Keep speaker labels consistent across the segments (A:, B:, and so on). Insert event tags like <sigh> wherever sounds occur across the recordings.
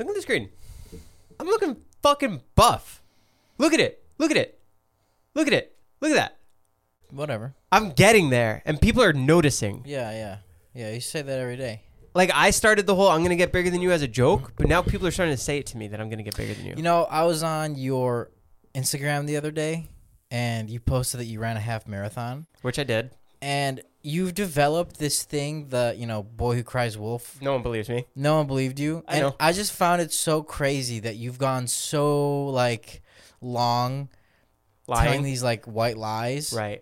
A: Look at the screen. I'm looking fucking buff. Look at it. Look at it. Look at it. Look at that.
B: Whatever.
A: I'm getting there, and people are noticing.
B: Yeah, yeah, yeah. You say that every day.
A: Like I started the whole "I'm gonna get bigger than you" as a joke, but now people are starting to say it to me that I'm gonna get bigger than you.
B: You know, I was on your Instagram the other day, and you posted that you ran a half marathon,
A: Which I did.
B: and you've developed this thing, the you know, boy who cries wolf.
A: No one believes me.
B: No one believed you.
A: I
B: and
A: know.
B: I just found it so crazy that you've gone so like long telling
A: Lying.
B: these like white lies,
A: <laughs> right.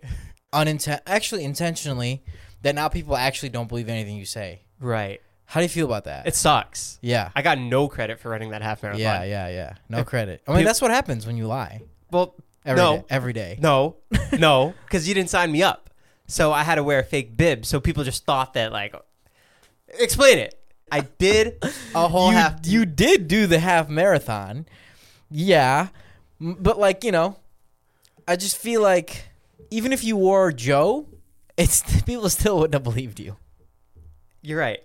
B: Uninten- actually intentionally, that now people actually don't believe anything you say.
A: Right.
B: How do you feel about that?
A: It sucks.
B: yeah.
A: I got no credit for running that half marathon.
B: Yeah, yeah, yeah. No credit. I mean, that's what happens when you lie.
A: Well,
B: Every
A: no,
B: day- every day. <laughs>
A: no, no, because you didn't sign me up. So I had to wear a fake bib. So people just thought that like, explain it. I
B: <laughs>
A: did
B: A whole
A: You-
B: half. You did do the half marathon. Yeah, M- but like you know, I just feel like even if you wore Joe, it's <laughs> people still wouldn't have believed you.
A: You're right.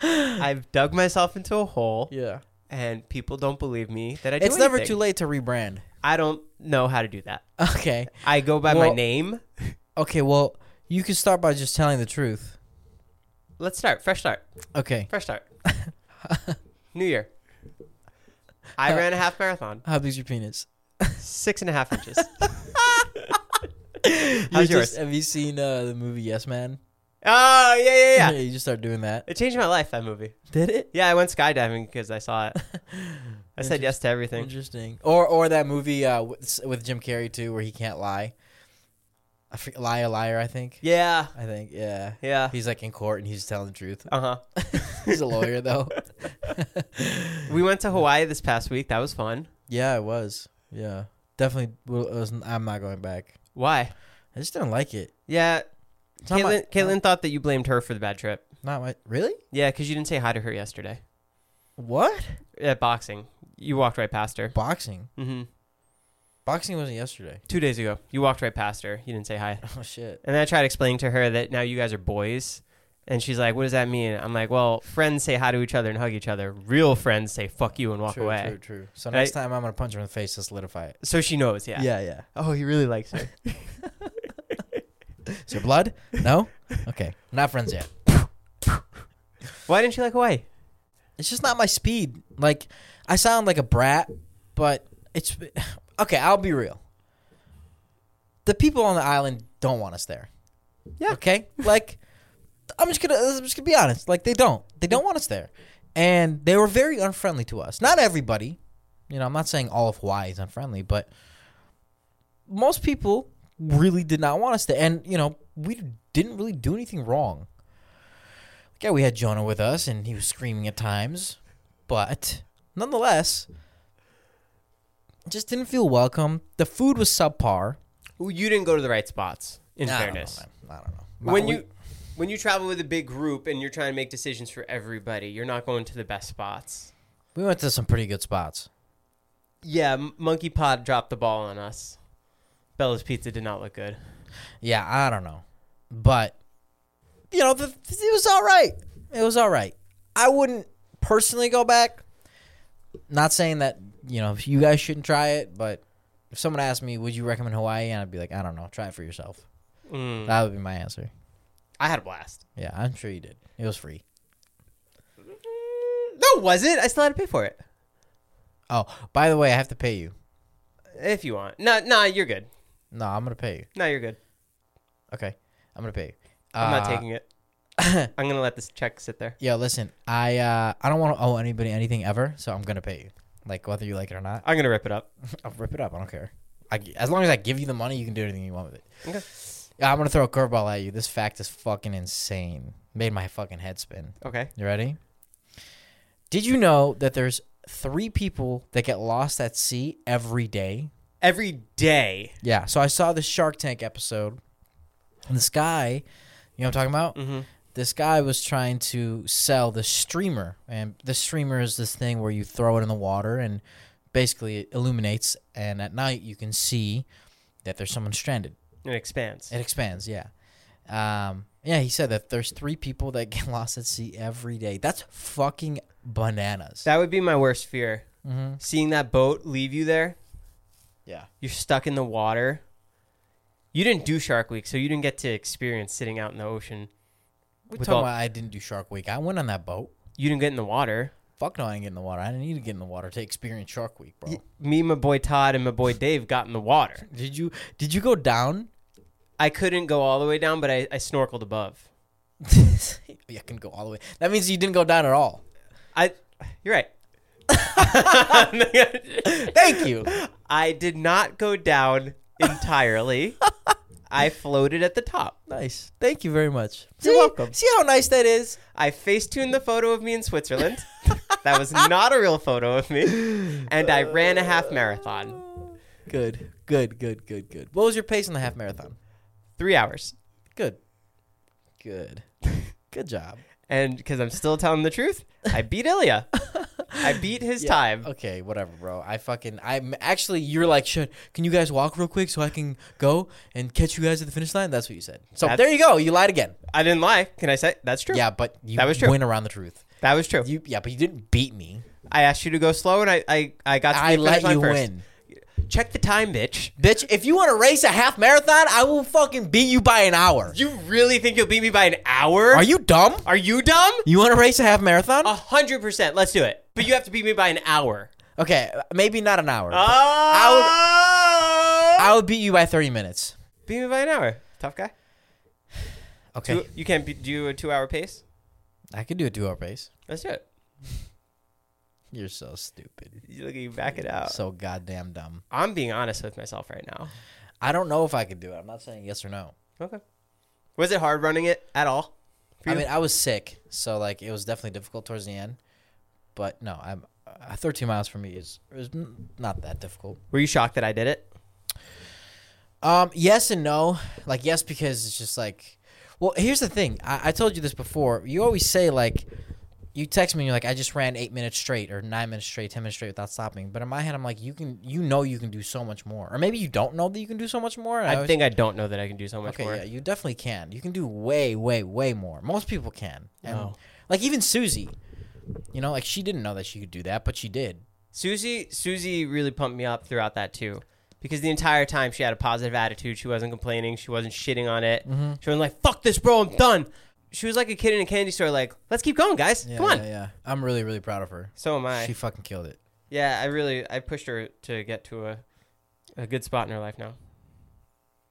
A: I've dug myself into a hole,
B: Yeah.
A: and people don't believe me that I do.
B: It's never
A: anything.
B: too late to rebrand.
A: I don't know how to do that.
B: Okay.
A: I go by my
B: Well-
A: name.
B: Okay. Well, you can start by just telling the truth.
A: Let's start. Fresh start.
B: Okay.
A: Fresh
B: <laughs>
A: start. New year.
B: Uh,
A: I ran a half marathon,
B: How big's your penis?
A: six and a half
B: <laughs>
A: inches.
B: You're
A: How's yours?
B: just- have you seen uh, the movie Yes Man?
A: oh yeah, yeah, yeah.
B: <laughs> you just start doing that.
A: It changed my life. That movie.
B: Did it?
A: Yeah, I went skydiving because I saw it. I said yes to everything.
B: Interesting. Or or that movie uh, with, with Jim Carrey too, where he can't lie. I forget, lie a liar. I think.
A: Yeah,
B: I think. Yeah.
A: yeah.
B: He's like in court and he's telling the truth. <laughs>
A: Uh huh.
B: He's a
A: <laughs>
B: lawyer though.
A: We went to Hawaii this past week. That was fun.
B: yeah, it was. Yeah, definitely. Well, it was, I'm not going back.
A: Why?
B: I just didn't like it.
A: Yeah.
B: It's not my-
A: Caitlin, Caitlin thought that you blamed her for the bad trip.
B: Not my. Really?
A: Yeah, because you didn't say hi to her yesterday
B: What?
A: at boxing. You walked right past her.
B: Boxing.
A: Mm-hmm.
B: Boxing wasn't yesterday. <laughs>
A: Two days ago, you walked right past her. You didn't say hi.
B: Oh shit.
A: And then I tried explaining to her that now you guys are boys. And she's like, what does that mean? I'm like, well, friends say hi to each other and hug each other. Real friends say fuck you and walk
B: True,
A: away.
B: true. True. So
A: And I-
B: next time I'm gonna punch her in the face to solidify it.
A: So she knows, yeah.
B: Yeah. Yeah.
A: Oh, he really likes her.
B: <laughs> Is there blood?
A: <laughs>
B: No. Okay. Not friends yet.
A: Why didn't you like Hawaii?
B: It's just not my speed. Like I sound like a brat, but it's <sighs> okay. I'll be real. The people on the island don't want us there.
A: Yeah.
B: Okay. Like I'm just gonna I'm just gonna be honest. Like they don't. They don't want us there, and they were very unfriendly to us. Not everybody. You know, I'm not saying all of Hawaii is unfriendly, but most people really did not want us there. And you know, we didn't really do anything wrong. Yeah, we had Jonah with us, and he was screaming at times, but nonetheless, just didn't feel welcome. The food was subpar.
A: Well, you didn't go to the right spots, in
B: I don't know,
A: fairness.
B: man. I don't know.
A: when
B: My-
A: you when you travel with a big group and you're trying to make decisions for everybody, you're not going to the best spots.
B: we went to some pretty good spots.
A: Yeah, M- Monkey Pod dropped the ball on us. Bella's Pizza did not look good.
B: Yeah, I don't know, but you know, the, it was all right. It was all right. I wouldn't personally go back. Not saying that you know you guys shouldn't try it, but if someone asked me, "Would you recommend Hawaii?" and I'd be like, "I don't know. Try it for yourself."
A: Mm.
B: That would be my answer.
A: I had a blast.
B: Yeah, I'm sure you did. It was free.
A: No, I wasn't. I still had to pay for it.
B: Oh, by the way, I have to pay you.
A: If you want. No, no, you're good.
B: No, I'm gonna pay you.
A: No, you're good.
B: Okay, I'm gonna pay you.
A: I'm not
B: Uh,
A: taking <laughs> it. I'm gonna let this check sit there.
B: Yo, listen, I uh, I don't want to owe anybody anything ever, so I'm gonna pay you, like whether you like it or not. <laughs>
A: I'm gonna rip it up.
B: I'll rip it up. I don't care. I, as long as I give you the money, you can do anything you want with it. Yeah, I'm gonna throw a curveball at you. This fact is fucking insane. Made my fucking head spin.
A: Okay.
B: You ready? Did you know that there's three people that get lost at sea every day?
A: Every day.
B: Yeah. So I saw this Shark Tank episode, and this guy, you know what I'm talking about? Mm-hmm. This guy was trying to sell the streamer, and the streamer is this thing where you throw it in the water and basically it illuminates, and at night you can see that there's someone stranded.
A: It expands.
B: It expands, yeah. Um, yeah, he said that there's three people that get <laughs> lost at sea every day. That's fucking bananas.
A: That would be my worst fear. Seeing that boat leave you there,
B: yeah.
A: you're stuck in the water. You didn't do Shark Week, so you didn't get to experience sitting out in the ocean.
B: We're
A: With
B: talking
A: all-
B: about I didn't do Shark Week. I went on that boat.
A: You didn't get in the water.
B: Fuck no, I didn't get in the water. I didn't need to get in the water to experience Shark Week, bro.
A: Me, my boy Todd, and my boy Dave got in the water.
B: Did you did you go down? <laughs>
A: I couldn't go all the way down, but I, I snorkeled above.
B: you can go all the way. That means you didn't go down at all.
A: I, you're right. <laughs> <laughs>
B: Thank you.
A: I did not go down entirely. I floated at the top.
B: nice. Thank you very much.
A: You're
B: See?
A: welcome.
B: See how nice that is?
A: I facetuned the photo of me in Switzerland. <laughs> that was not a real photo of me. And I ran a half marathon.
B: Good. Good, good, good, good. What was your pace in the half marathon?
A: Three hours.
B: Good. Good.
A: <laughs>
B: good job.
A: And because I'm still telling the truth, I beat Ilya. I
B: <laughs>
A: beat his time.
B: Okay, whatever, bro. I fucking I'm actually you're like, "Should can you guys walk real quick so I can go and catch you guys at the finish line?" That's what you said. So
A: That's-
B: there you go. You lied again.
A: I didn't lie. Can I say that's true?
B: Yeah, but you
A: That was true.
B: went around the truth.
A: That was true.
B: You yeah, but you didn't beat me.
A: I asked you to go slow and I, I, I got to the
B: I
A: finish
B: let
A: line
B: you
A: first.
B: win.
A: Check the time, bitch.
B: Bitch, if you want to race a half marathon, I will fucking beat you by an hour.
A: You really think you'll beat me by an hour?
B: Are you dumb?
A: Are you dumb?
B: You want to race a half marathon?
A: A hundred percent. Let's do it. But you have to beat me by an hour.
B: Okay, maybe not an hour.
A: Oh!
B: I would beat you by 30 minutes.
A: beat me by an hour. Tough guy.
B: Okay.
A: Two, you can't be, do a two-hour pace.
B: I could do a two hour race.
A: Let's do it.
B: You're so stupid.
A: You- Look at you back it out.
B: So goddamn dumb.
A: I'm being honest with myself right now.
B: I don't know if I could do it. I'm not saying yes or no.
A: Okay. Was it hard running it at all? For
B: I
A: you?
B: mean, I was sick, so like it was definitely difficult towards the end. But no, I'm uh, 13 miles for me is, is n- not that difficult.
A: were you shocked that I did it?
B: Um, yes and no. Like yes, because it's just like, well, here's the thing. I, I told you this before. You always say like, you text me and you're like, I just ran eight minutes straight or nine minutes straight, ten minutes straight without stopping. But in my head, I'm like, you can, you know, you can do so much more, or maybe you don't know that you can do so much more. and
A: I,
B: always-
A: think I don't know that I can do so much
B: Uh, Okay,
A: more.
B: yeah, you definitely can. You can do way, way, way more. Most people can. And Like even Susie, you know, like she didn't know that she could do that, but she did.
A: Susie, Susie really pumped me up throughout that too, because the entire time she had a positive attitude. She wasn't complaining. She wasn't shitting on it.
B: Mm-hmm.
A: She wasn't like "fuck this, bro, I'm done." She was like a kid in a candy store, like "let's keep going, guys,
B: Yeah,
A: come on."
B: Yeah, yeah. I'm really, really proud of her.
A: So am I.
B: She fucking killed it.
A: yeah, I really I pushed her to get to a a good spot in her life now.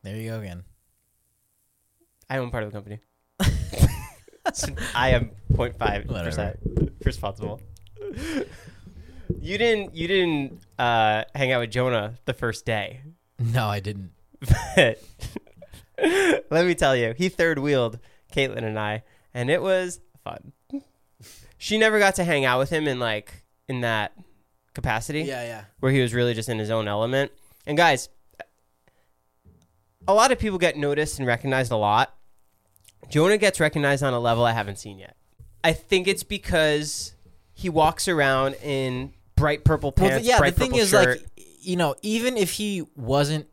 B: There you go again.
A: I own part of the company. So I am 0.5 percent responsible. You didn't. You didn't uh, hang out with Jonah the first day. <laughs>
B: No, I didn't.
A: Let me tell you, he third wheeled Caitlin and I, and it was fun. She never got to hang out with him in like in that capacity
B: yeah.
A: where he was really just in his own element. And guys, a lot of people get noticed and recognized a lot. Jonah gets recognized on a level I haven't seen yet. I think it's because he walks around in bright purple
B: Well,
A: pants.
B: the- yeah, the
A: bright
B: thing
A: purple
B: is,
A: shirt.
B: like, you know, even if he wasn't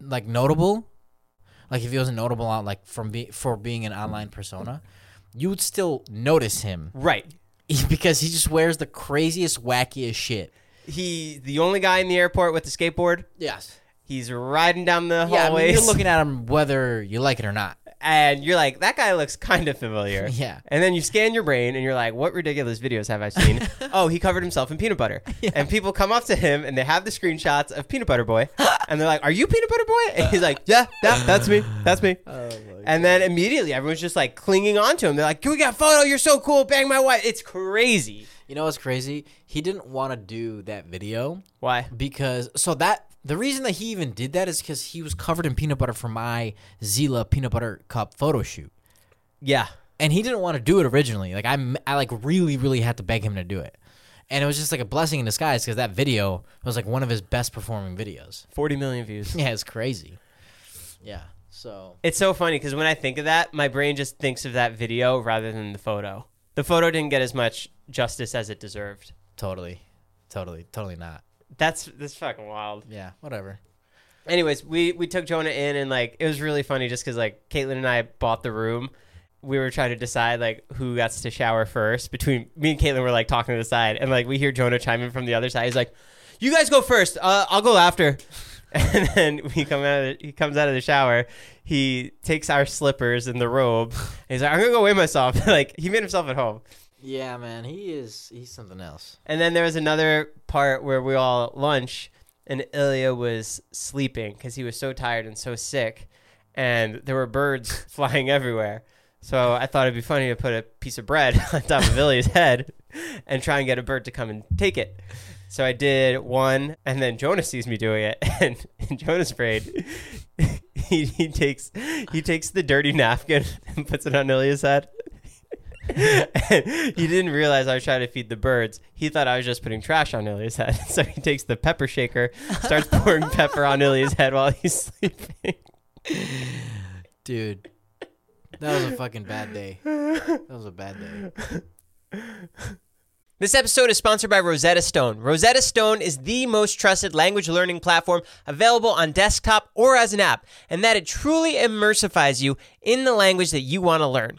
B: like notable, like if he wasn't notable on like from be- for being an online persona, you would still notice him <laughs>
A: right.
B: because he just wears the craziest, wackiest shit.
A: He's the only guy in the airport with the skateboard.
B: Yes.
A: He's riding down the
B: Yeah, I mean,
A: hallways.
B: you're looking at him whether you like it or not.
A: and you're like, that guy looks kind of familiar.
B: Yeah.
A: And then you scan your brain and you're like, what ridiculous videos have I seen? oh, he covered himself in peanut butter. And people come up to him and they have the screenshots of Peanut Butter Boy. and they're like, are you Peanut Butter Boy? And he's like, yeah, that, that's me. That's me. and then immediately everyone's just like clinging on to him. They're like, we got a photo. You're so cool. Bang my wife. It's crazy.
C: You know what's crazy? He didn't want to do that video
A: Why?
C: because so that the reason that he even did that is because he was covered in peanut butter for my Zila peanut butter cup photo shoot,
A: Yeah.
C: and he didn't want to do it originally. Like I, m- I like really, really had to beg him to do it, and it was just like a blessing in disguise because that video was like one of his best performing videos. <laughs>
A: 40 million views.
C: Yeah, it's crazy. Yeah, so
A: It's so funny because when I think of that, my brain just thinks of that video rather than the photo. The photo didn't get as much justice as it deserved.
C: totally, totally, totally not.
A: That's that's fucking wild.
C: Yeah, whatever.
A: Anyways, we we took Jonah in and like it was really funny just because like Caitlin and I bought the room. We were trying to decide like who gets to shower first. Between me and Caitlin, were like talking to the side, and like we hear Jonah chime in from the other side. He's like, "You guys go first. Uh, I'll go after." <laughs> And then we come out. Of the, he comes out of the shower. He takes our slippers and the robe. And he's like, "I'm gonna go weigh myself." <laughs> like he made himself at home.
C: Yeah, man, he is he's something else.
A: And then there was another part where we all at lunch and Ilya was sleeping because he was so tired and so sick. And there were birds <laughs> flying everywhere. So I thought it'd be funny to put a piece of bread <laughs> on top of Ilya's head and try and get a bird to come and take it. So I did one, and then Jonas sees me doing it, <laughs> and, and Jonas prayed. <laughs> He, he takes he takes the dirty napkin <laughs> and puts it on Ilya's head. And <laughs> he didn't realize I was trying to feed the birds. He thought I was just putting trash on Ilya's head. <laughs> So he takes the pepper shaker, starts pouring pepper on Ilya's head while he's <laughs> sleeping.
C: Dude, that was a fucking bad day. That was a bad day.
A: This episode is sponsored by Rosetta Stone. Rosetta Stone is the most trusted language learning platform available on desktop or as an app, and that it truly immersifies you in the language that you want to learn.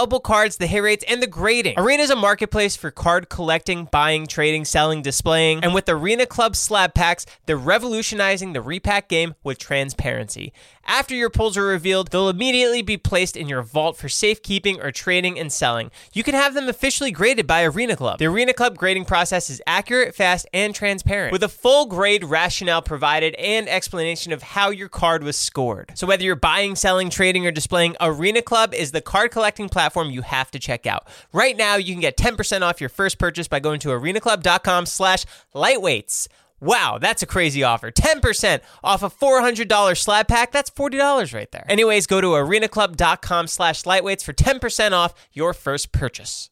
A: cards, the hit rates, and the grading. Arena is a marketplace for card collecting, buying, trading, selling, displaying, and with Arena Club slab packs, they're revolutionizing the repack game with transparency. After your pulls are revealed, they'll immediately be placed in your vault for safekeeping or trading and selling. You can have them officially graded by Arena Club. The Arena Club grading process is accurate, fast, and transparent, with a full grade rationale provided and explanation of how your card was scored. So, whether you're buying, selling, trading, or displaying, Arena Club is the card collecting platform you have to check out. Right now, you can get 10% off your first purchase by going to arenaclub.com slash lightweights. Wow, that's a crazy offer. 10% off a $400 slab pack. That's $40 right there. Anyways, go to arenaclub.com slash lightweights for 10% off your first purchase.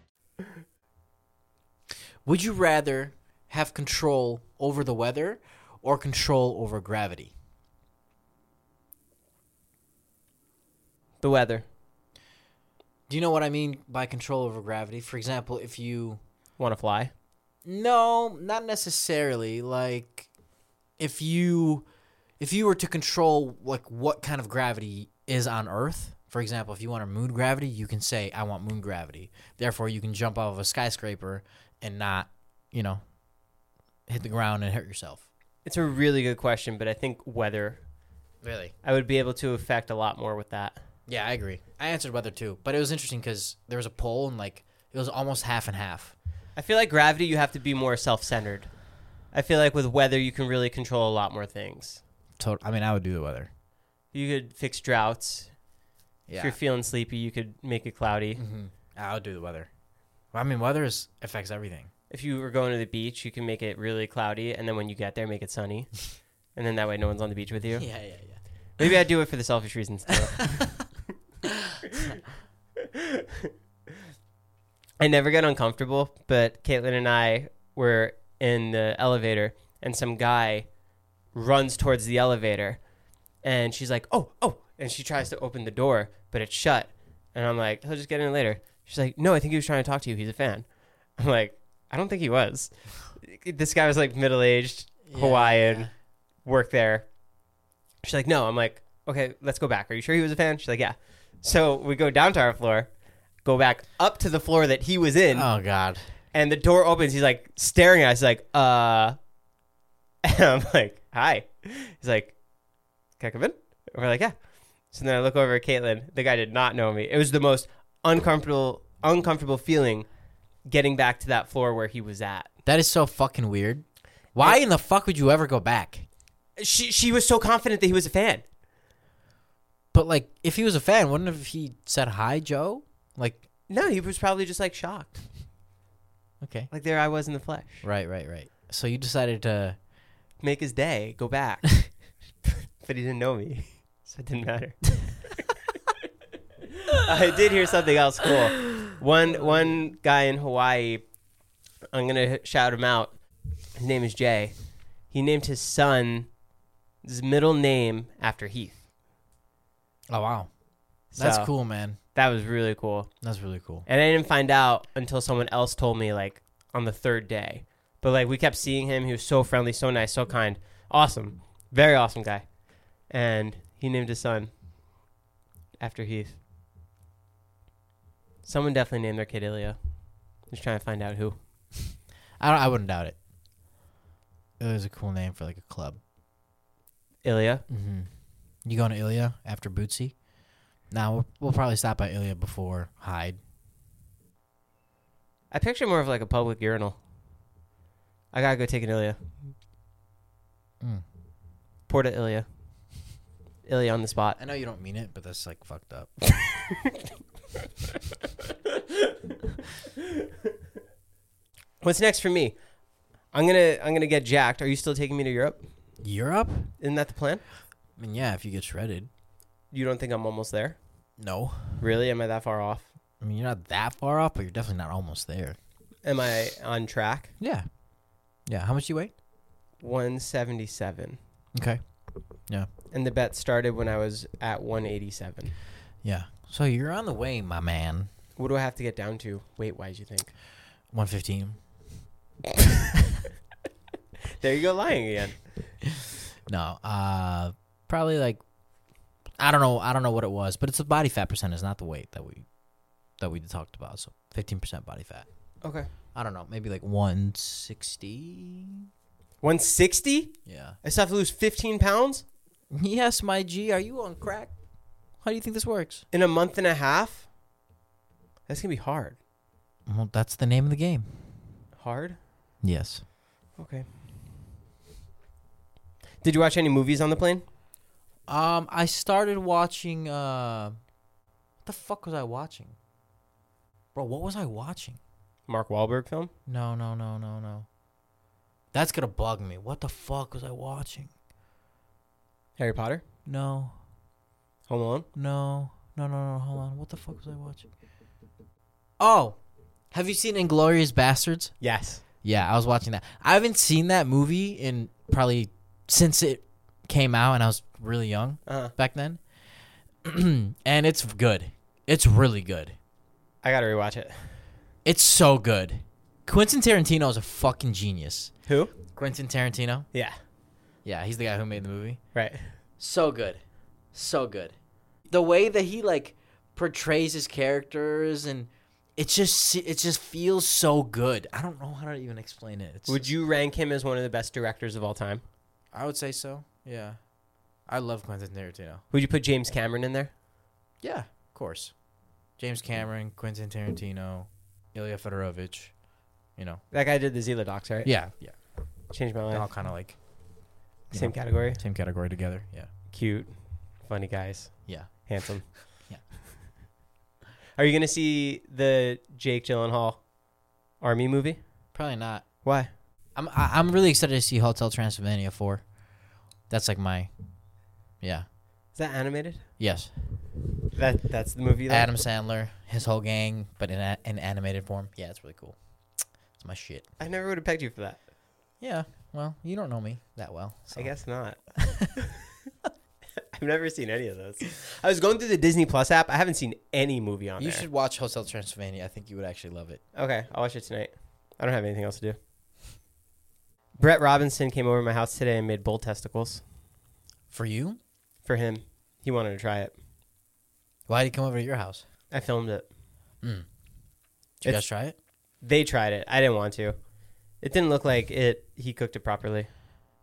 B: Would you rather have control over the weather or control over gravity?
A: The weather.
B: Do you know what I mean by control over gravity? For example, if you
A: Want to fly?
B: No, not necessarily. Like if you if you were to control like what kind of gravity is on Earth, for example, if you want a moon gravity, you can say I want moon gravity. Therefore, you can jump off of a skyscraper and not, you know, hit the ground and hurt yourself.
A: It's a really good question, but I think weather.
B: Really?
A: I would be able to affect a lot more with that.
B: Yeah, I agree. I answered weather too, but it was interesting cuz there was a poll and like it was almost half and half.
A: I feel like gravity, you have to be more self-centered. I feel like with weather, you can really control a lot more things.
B: Total I mean, I would do the weather.
A: You could fix droughts. If
B: Yeah. Mm-hmm.
A: you're feeling sleepy, you could make it cloudy.
B: I would do the weather. I mean, weather is, affects everything.
A: If you were going to the beach, you can make it really cloudy, and then when you get there, make it
B: <laughs>
A: sunny, and then that way no one's on the beach with you.
B: Yeah, yeah, yeah.
A: Maybe I do it for the selfish reasons too. I never get uncomfortable, but Caitlin and I were in the elevator, and some guy runs towards the elevator, and she's like, "Oh, oh!" and she tries to open the door, but it's shut, and I'm like, "He'll just get in later." She's like, "No, I think he was trying to talk to you. He's a fan." I'm like, "I don't think he was." This guy was like middle aged, Hawaiian,
B: yeah.
A: worked there, She's like, no. I'm like, okay, let's go back. Are you sure he was a fan? She's like, yeah. So we go down to our floor, go back up to the floor that he was in,
B: Oh God.
A: and the door opens. He's like staring at us, like, uh. <laughs> And I'm like, hi. He's like, can I come in? And we're like, yeah. So then I look over at Caitlin. The guy did not know me. It was the most uncomfortable, uncomfortable feeling getting back to that floor where he was at.
B: That is so fucking weird. Why in the fuck would you ever go back?
A: She she was so confident that he was a fan.
B: But like, if he was a fan, wouldn't have he said hi, Joe? Like,
A: No, he was probably just like shocked.
B: okay,
A: Like there I was in the flesh.
B: right, right, right. So you decided to.
A: make his day, go
B: <laughs>
A: back. but he didn't know me, so it didn't
B: <laughs>
A: matter. I did hear something else cool. One one guy in Hawaii, I'm gonna h- shout him out. His name is Jay. He named his son his middle name after Heath.
B: Oh wow, that's
A: So,
B: cool, man.
A: That was really cool.
B: That's really cool.
A: And I didn't find out until someone else told me, like, on the third day. But, like, we kept seeing him. He was so friendly, so nice, so kind. Awesome. Very awesome guy. And he named his son after Heath. Someone definitely named their kid Ilya. Just trying to find out who.
B: I don't, I wouldn't doubt it. It was a cool name for like a club.
A: Ilya?
B: Mm-hmm. You going to Ilya after Bootsy? Now we'll, we'll probably stop by Ilya before Hyde.
A: I picture more of like a public urinal. I gotta go take an Ilya.
B: Mm.
A: Porta Ilya. Ilya on the spot.
B: I know you don't mean it, but that's like fucked up.
A: What's next for me? I'm gonna I'm gonna get jacked. Are you still taking me to Europe?
B: Europe?
A: Isn't that the plan?
B: I mean, yeah, if you get shredded.
A: You don't think I'm almost there?
B: No.
A: Really? Am I that far off?
B: I mean, you're not that far off, but you're definitely not almost there.
A: Am I on track?
B: Yeah. Yeah. How much you weigh?
A: 177.
B: Okay.
A: And the bet started when I was at 187.
B: Yeah. So you're on the way, my man.
A: What do I have to get down to weight wise? You think?
B: 115.
A: There you go, lying again.
B: No. Uh, probably like, I don't know. I don't know what it was, but it's the body fat percentage, not the weight that we that we talked about. So 15% body fat.
A: Okay.
B: I don't know. Maybe like 160.
A: 160?
B: Yeah.
A: I still have to lose 15 pounds
B: Yes, my G. Are you on crack? How do you think this works?
A: in a month and a half? That's gonna be hard.
B: Well, that's the name of the game.
A: Hard?
B: Yes.
A: Okay. Did you watch any movies on the plane?
B: Um, I started watching. Uh, what the fuck was I watching? Bro, what was I watching?
A: Mark Wahlberg film.
B: No, no, no, no, no. That's gonna bug me. What the fuck was I watching?
A: Harry Potter.
B: No,
A: Home Alone.
B: no, no, no, no. Hold on. What the fuck was I watching? Oh, have you seen Inglorious Bastards?
A: Yes.
B: Yeah, I was watching that. I haven't seen that movie in probably since it came out, and I was really young
A: Uh-huh.
B: back then. <clears throat> and it's good. It's really good.
A: I gotta rewatch it.
B: It's so good. Quentin Tarantino is a fucking genius.
A: Who?
B: Quentin Tarantino?
A: Yeah.
B: Yeah, he's the guy who made the movie.
A: Right.
B: So good. So good. The way that he like portrays his characters and it just it just feels so good. I don't know how to even explain it. It's
A: Would you rank him as one of the best directors of all time?
B: I would say so. Yeah. I love Quentin Tarantino.
A: Would you put James Cameron in there?
B: Yeah, of course. James Cameron, Quentin Tarantino, Ilya Fedorovich, you know.
A: That guy did the Zila docs, right?
B: Yeah, yeah.
A: Changed my
B: They're all
A: life.
B: kind of like you
A: Same
B: know,
A: category.
B: same category together. Yeah.
A: Cute, funny guys,
B: Yeah.
A: handsome.
B: <laughs> Yeah.
A: Are you gonna see the Jake Gyllenhaal army movie?
B: Probably not.
A: Why?
B: I'm I- I'm really excited to see Hotel Transylvania 4. That's like my Yeah.
A: Is that animated?
B: Yes.
A: That that's the movie. That
B: Adam Sandler, his whole gang, but in a, in animated form. Yeah, it's really cool. It's my shit.
A: I never would have pegged you for that.
B: Yeah. Well, you don't know me that well. So.
A: I guess
B: <laughs>
A: not. <laughs> I've never seen any of those. I was going through the Disney Plus app. I haven't seen any movie on
B: You
A: there.
B: should watch Hotel Transylvania. I think you would actually love it.
A: Okay, I'll watch it tonight. I don't have anything else to do. Brett Robinson came over to my house today and made bull testicles
B: For you?
A: for him. He wanted to try it.
B: Why did he come over to your house?
A: I filmed it.
B: Did you
A: It's-
B: guys try it?
A: They tried it. I didn't want to. It didn't look like it. He cooked it properly.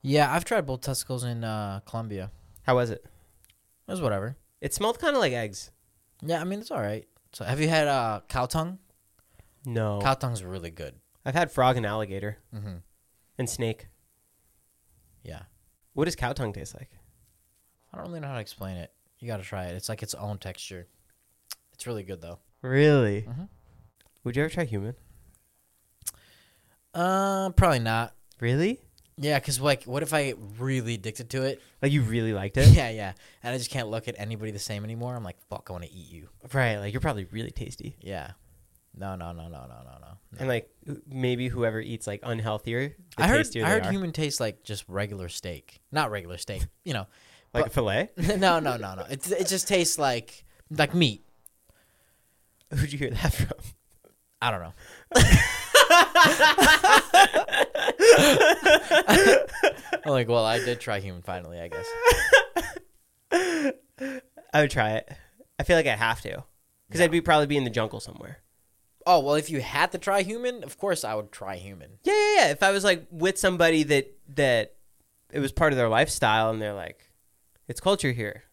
B: Yeah, I've tried both testicles in uh, Colombia.
A: How was it?
B: It was whatever.
A: It smelled kind of like eggs.
B: Yeah, I mean it's all right. So have you had uh, cow tongue?
A: No, Mm-hmm.
B: Cow tongue's really good.
A: I've had frog and alligator
B: Mhm.
A: and snake.
B: Yeah,
A: What does cow tongue taste like?
B: I don't really know how to explain it. You got to try it. It's like its own texture. It's really good though.
A: Really?
B: Mhm.
A: Mm-hmm. Would you ever try human?
B: Uh, probably not.
A: Really?
B: Yeah, cause like, what if I get really addicted to it?
A: Like you really liked it?
B: <laughs> Yeah, yeah. And I just can't look at anybody the same anymore. I'm like, fuck, I want to eat you.
A: Right. Like you're probably really tasty.
B: Yeah. No, no, no, no, no, no, no.
A: And like wh- maybe whoever eats like unhealthier, the
B: I heard,
A: tastier
B: I
A: they
B: heard
A: are.
B: human tastes like just regular steak, not regular steak. You know, <laughs>
A: like a fillet.
B: no, no, no, no. It it just tastes like like meat.
A: <laughs> Who'd you hear that from?
B: I don't know. I'm like, well, I did try human finally, I guess.
A: I would try it. I feel like I have to, because I'd be probably be in the jungle somewhere.
B: Oh well, if you had to try human, of course I would try human.
A: Yeah, yeah, yeah. If I was like with somebody that that it was part of their lifestyle, and they're like, it's culture here.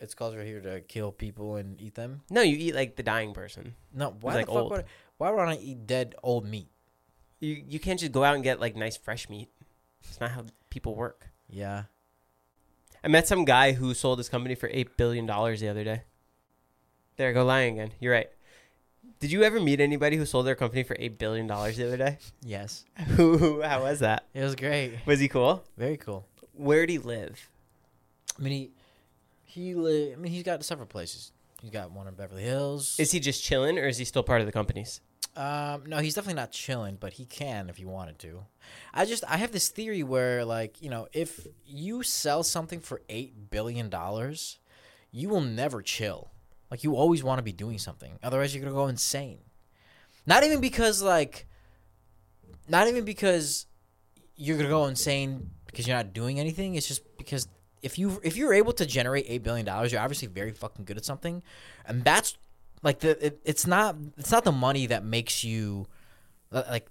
B: It's culture here to kill people and eat them.
A: No, you eat like the dying person.
B: No, why
A: like
B: the fuck
A: old.
B: would I, why would I eat dead old meat?
A: You you can't just go out and get like nice fresh meat. It's not how people work.
B: Yeah.
A: I met some guy who sold his company for eight billion dollars the other day. There, I go lying again. You're right. Did you ever meet anybody who sold their company for eight billion dollars the other <laughs> day?
B: Yes.
A: Who? How was that?
B: It was great.
A: Was he cool?
B: Very cool.
A: Where'd he live?
B: I mean, he he li- I mean, he's got several places. He's got one in Beverly Hills.
A: Is he just chilling, or is he still part of the companies?
B: Um, no, he's definitely not chilling, but he can if he wanted to. I just I have this theory where like you know if you sell something for eight billion dollars, you will never chill. Like you always want to be doing something, otherwise you're gonna go insane. Not even because like, not even because you're gonna go insane because you're not doing anything. It's just because if you if you're able to generate eight billion dollars, you're obviously very fucking good at something, and that's like the it, it's not it's not the money that makes you li- like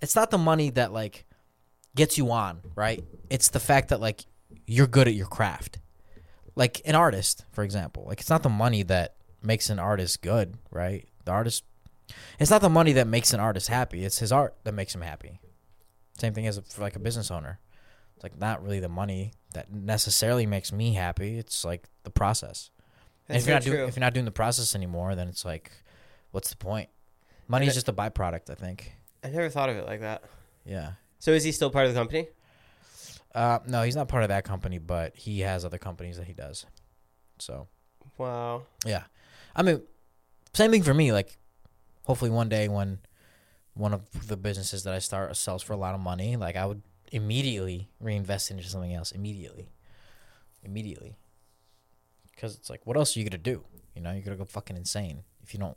B: it's not the money that like gets you on right. It's the fact that like you're good at your craft, like an artist, for example. Like it's not the money that makes an artist good, right? The artist. It's not the money that makes an artist happy. It's his art that makes him happy. Same thing as a, for like a business owner. It's like not really the money that necessarily makes me happy. It's like the process. And if you're not doing if you're not doing the process anymore, then it's like, what's the point? Money is just a byproduct, I think.
A: I never thought of it like that.
B: Yeah.
A: So is he still part of the company?
B: Uh, no, he's not part of that company, but he has other companies that he does. So
A: Wow.
B: yeah, I mean, same thing for me. Like, hopefully one day when one of the businesses that I start sells for a lot of money, like I would immediately reinvest into something else immediately, immediately, because it's like, what else are you gonna do? You know, you're gonna go fucking insane if you don't,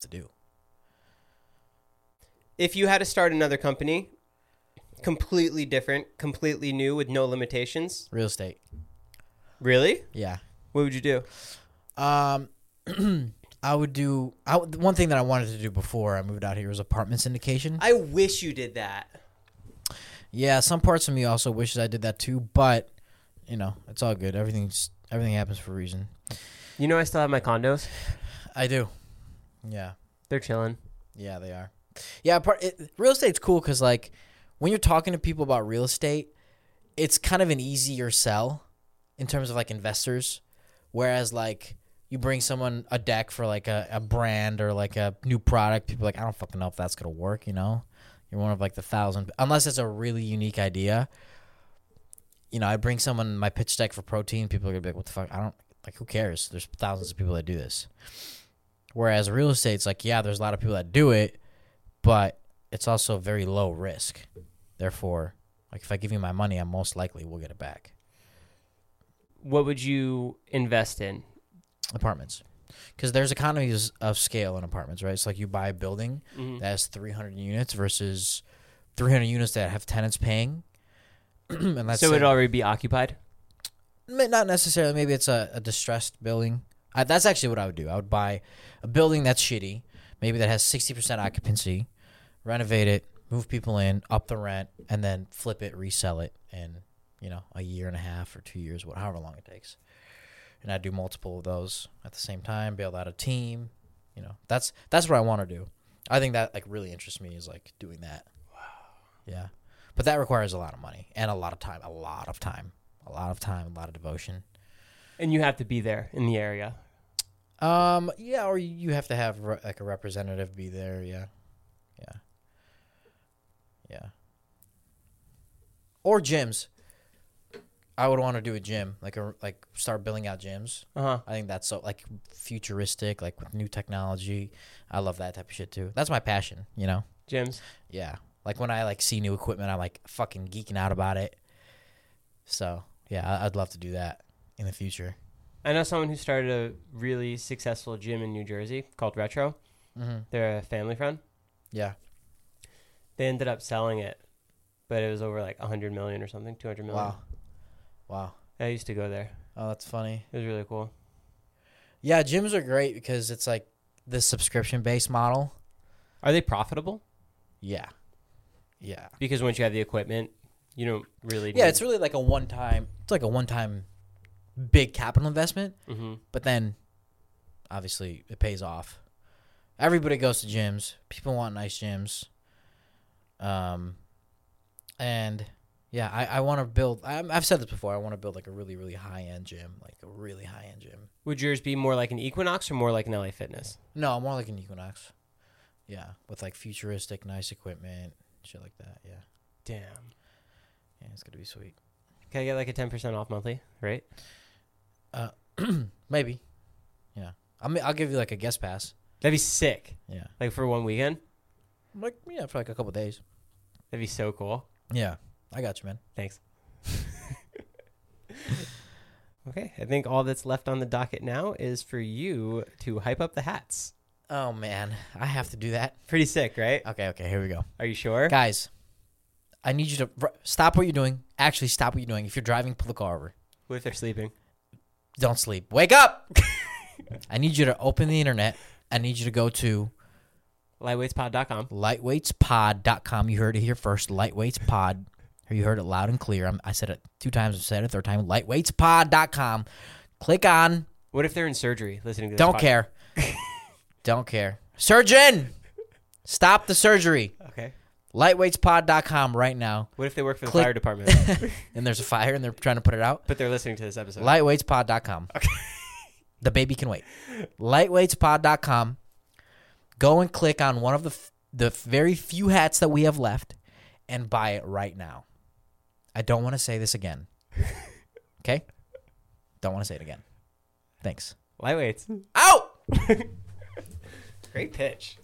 B: to do.
A: If you had to start another company, completely different, completely new, with no limitations,
B: Real estate.
A: really,
B: Yeah.
A: what would you do?
B: Um, I would do. I would- one thing that I wanted to do before I moved out here was apartment syndication.
A: I wish you did that.
B: yeah, some parts of me also wishes I did that too, but you know, it's all good. Everything's everything happens for a reason.
A: You know, I still have my condos.
B: I do. Yeah,
A: They're chilling.
B: yeah, they are. Yeah, part, it, real estate's cool because like when you're talking to people about real estate, it's kind of an easier sell in terms of like investors, whereas like. You bring someone a deck for like a, a brand or like a new product. People are like I don't fucking know if that's gonna work. You know, You're one of like the thousand, unless it's a really unique idea. You know, I bring someone my pitch deck for protein. People are gonna be like, "What the fuck? I don't like. Who cares?" There's thousands of people that do this. Whereas real estate's like, yeah, there's a lot of people that do it, but it's also very low risk. Therefore, like if I give you my money, I most likely will get it back.
A: What would you invest in?
B: Apartments, because there's economies of scale in apartments, right? It's like you buy a building that has 300 units versus 300 units that have tenants paying. <clears throat> and that's
A: so it'd already be occupied.
B: Ma- not necessarily. Maybe it's a, a distressed building. I, that's actually what I would do. I would buy a building that's shitty, maybe that has sixty percent occupancy, renovate it, move people in, up the rent, and then flip it, resell it in you know a year and a half or two years, what however long it takes. And I do multiple of those at the same time, build out a team. You know, that's that's what I want to do. I think that like really interests me is like doing that. Yeah. But that requires a lot of money and a lot of time, a lot of time, a lot of time, a lot of devotion.
A: And you have to be there in the area.
B: Um, yeah, or you have to have re- like a representative be there. Yeah, yeah, yeah. Or gyms. I would want to do a gym, like a like start billing out gyms.
A: Uh-huh.
B: I think that's so like futuristic, like with new technology. I love that type of shit too. That's my passion, you know.
A: Gyms.
B: Yeah. Like when I like see new equipment, I'm like fucking geeking out about it. So yeah, I- I'd love to do that in the future.
A: I know someone who started a really successful gym in New Jersey called Retro. They're a family friend.
B: Yeah.
A: They ended up selling it, but it was over like 100 million or something, 200 million.
B: Wow. Wow.
A: I used to go there.
B: Oh, that's funny.
A: It was really cool.
B: Yeah, gyms are great because it's like the subscription based model.
A: Are they profitable?
B: Yeah. Yeah.
A: Because once you have the equipment, you don't really.
B: Yeah,
A: need-
B: it's really like a one
A: Mm-hmm.
B: time it's like a one time big capital investment. But then obviously it pays off. Everybody goes to gyms. People want nice gyms. Um, and yeah, I, I want to build. i I've said this before. I want to build like a really really high end gym, like a really high end gym.
A: Would yours be more like an Equinox or more like an LA Fitness?
B: No, more like an Equinox. Yeah, with like futuristic, nice equipment, shit like that. Yeah,
A: Damn.
B: yeah, it's gonna be sweet.
A: Can I get like a ten percent off monthly? Right.
B: Maybe. Yeah, I mean, I'll give you like a guest pass.
A: That'd be sick.
B: Yeah,
A: Like for one weekend.
B: like yeah, for like a couple days.
A: That'd be so cool.
B: Yeah, I got you, man.
A: Thanks.
B: <laughs>
A: okay, I think all that's left on the docket now is for you to hype up the hats.
B: Oh man, I have to do that.
A: Pretty sick, right?
B: Okay, okay, here we go.
A: Are you sure?
B: Guys, I need you to r- stop what you're doing. Actually, stop what you're doing. If you're driving, pull the car over.
A: What if they're sleeping?
B: Don't sleep. Wake up. <laughs> I need you to open the internet. I need you to go to
A: Lightweightspod.com.
B: lightweightspod.com. You heard it here first. Lightweightspod. You heard it loud and clear. I'm, I said it two times. I said it a third time. Lightweightspod.com. Click on.
A: What if they're in surgery listening to this?
B: Don't
A: pod-
B: care. Don't care. Surgeon, stop the surgery.
A: Okay.
B: Lightweightspod.com right now.
A: What if they work for the
B: Click-
A: fire department,
B: and there's a fire and they're trying to put it out.
A: but they're listening to this
B: <laughs>
A: episode?
B: Lightweightspod.com. Okay. <laughs> The baby can wait. Lightweightspod.com. Go and click on one of the f- the very few hats that we have left and buy it right now. I don't want to say this again. Okay? Don't want to say it again. Thanks.
A: Lightweights.
B: Out!
A: Great pitch.